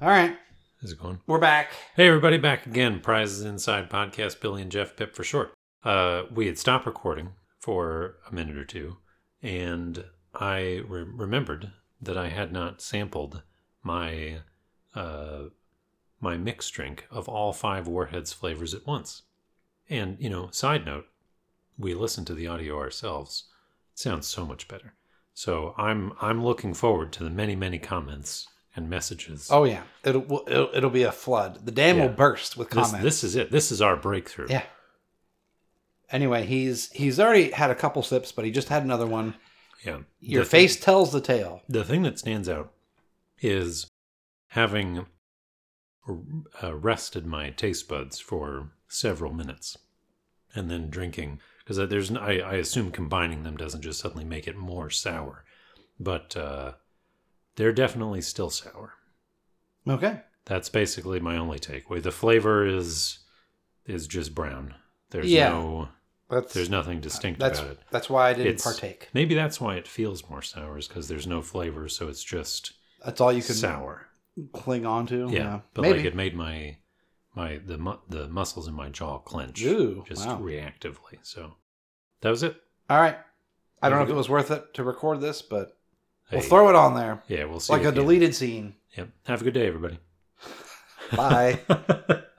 All right. How's it going? We're back. Hey, everybody, back again. Prizes Inside Podcast, Billy and Jeff Pip for short. Uh, we had stopped recording for a minute or two, and I re- remembered that I had not sampled my uh, my mixed drink of all five Warheads flavors at once. And, you know, side note, we listened to the audio ourselves. It sounds so much better. So I'm I'm looking forward to the many, many comments and messages. Oh yeah. It'll we'll- it'll, it'll be a flood. The dam will Yeah. burst with this, comments. this is it. This is our breakthrough. Yeah. Anyway, he's he's already had a couple sips, but he just had another one. Yeah. Your The face tells the tale. thing- the thing that stands out is having uh, rested my taste buds for several minutes and then drinking because there's n- I, I assume combining them doesn't just suddenly make it more sour but uh, they're definitely still sour Okay. that's basically my only takeaway the flavor is is just brown there's Yeah. no That's there's nothing distinct that's about it that's why I didn't It's- partake. maybe that's why it feels more sour is because there's no flavor so it's just That's all you Oh, can sour. cling on to. Yeah, but like it made my my the mu- the muscles in my jaw clench Ooh, just wow. reactively. So that was it. All right. I don't There know you if it go. was worth it to record this, but we'll Hey, throw it on there yeah, we'll see. like a you at the end. deleted scene. Yep. Have a good day, everybody. Bye.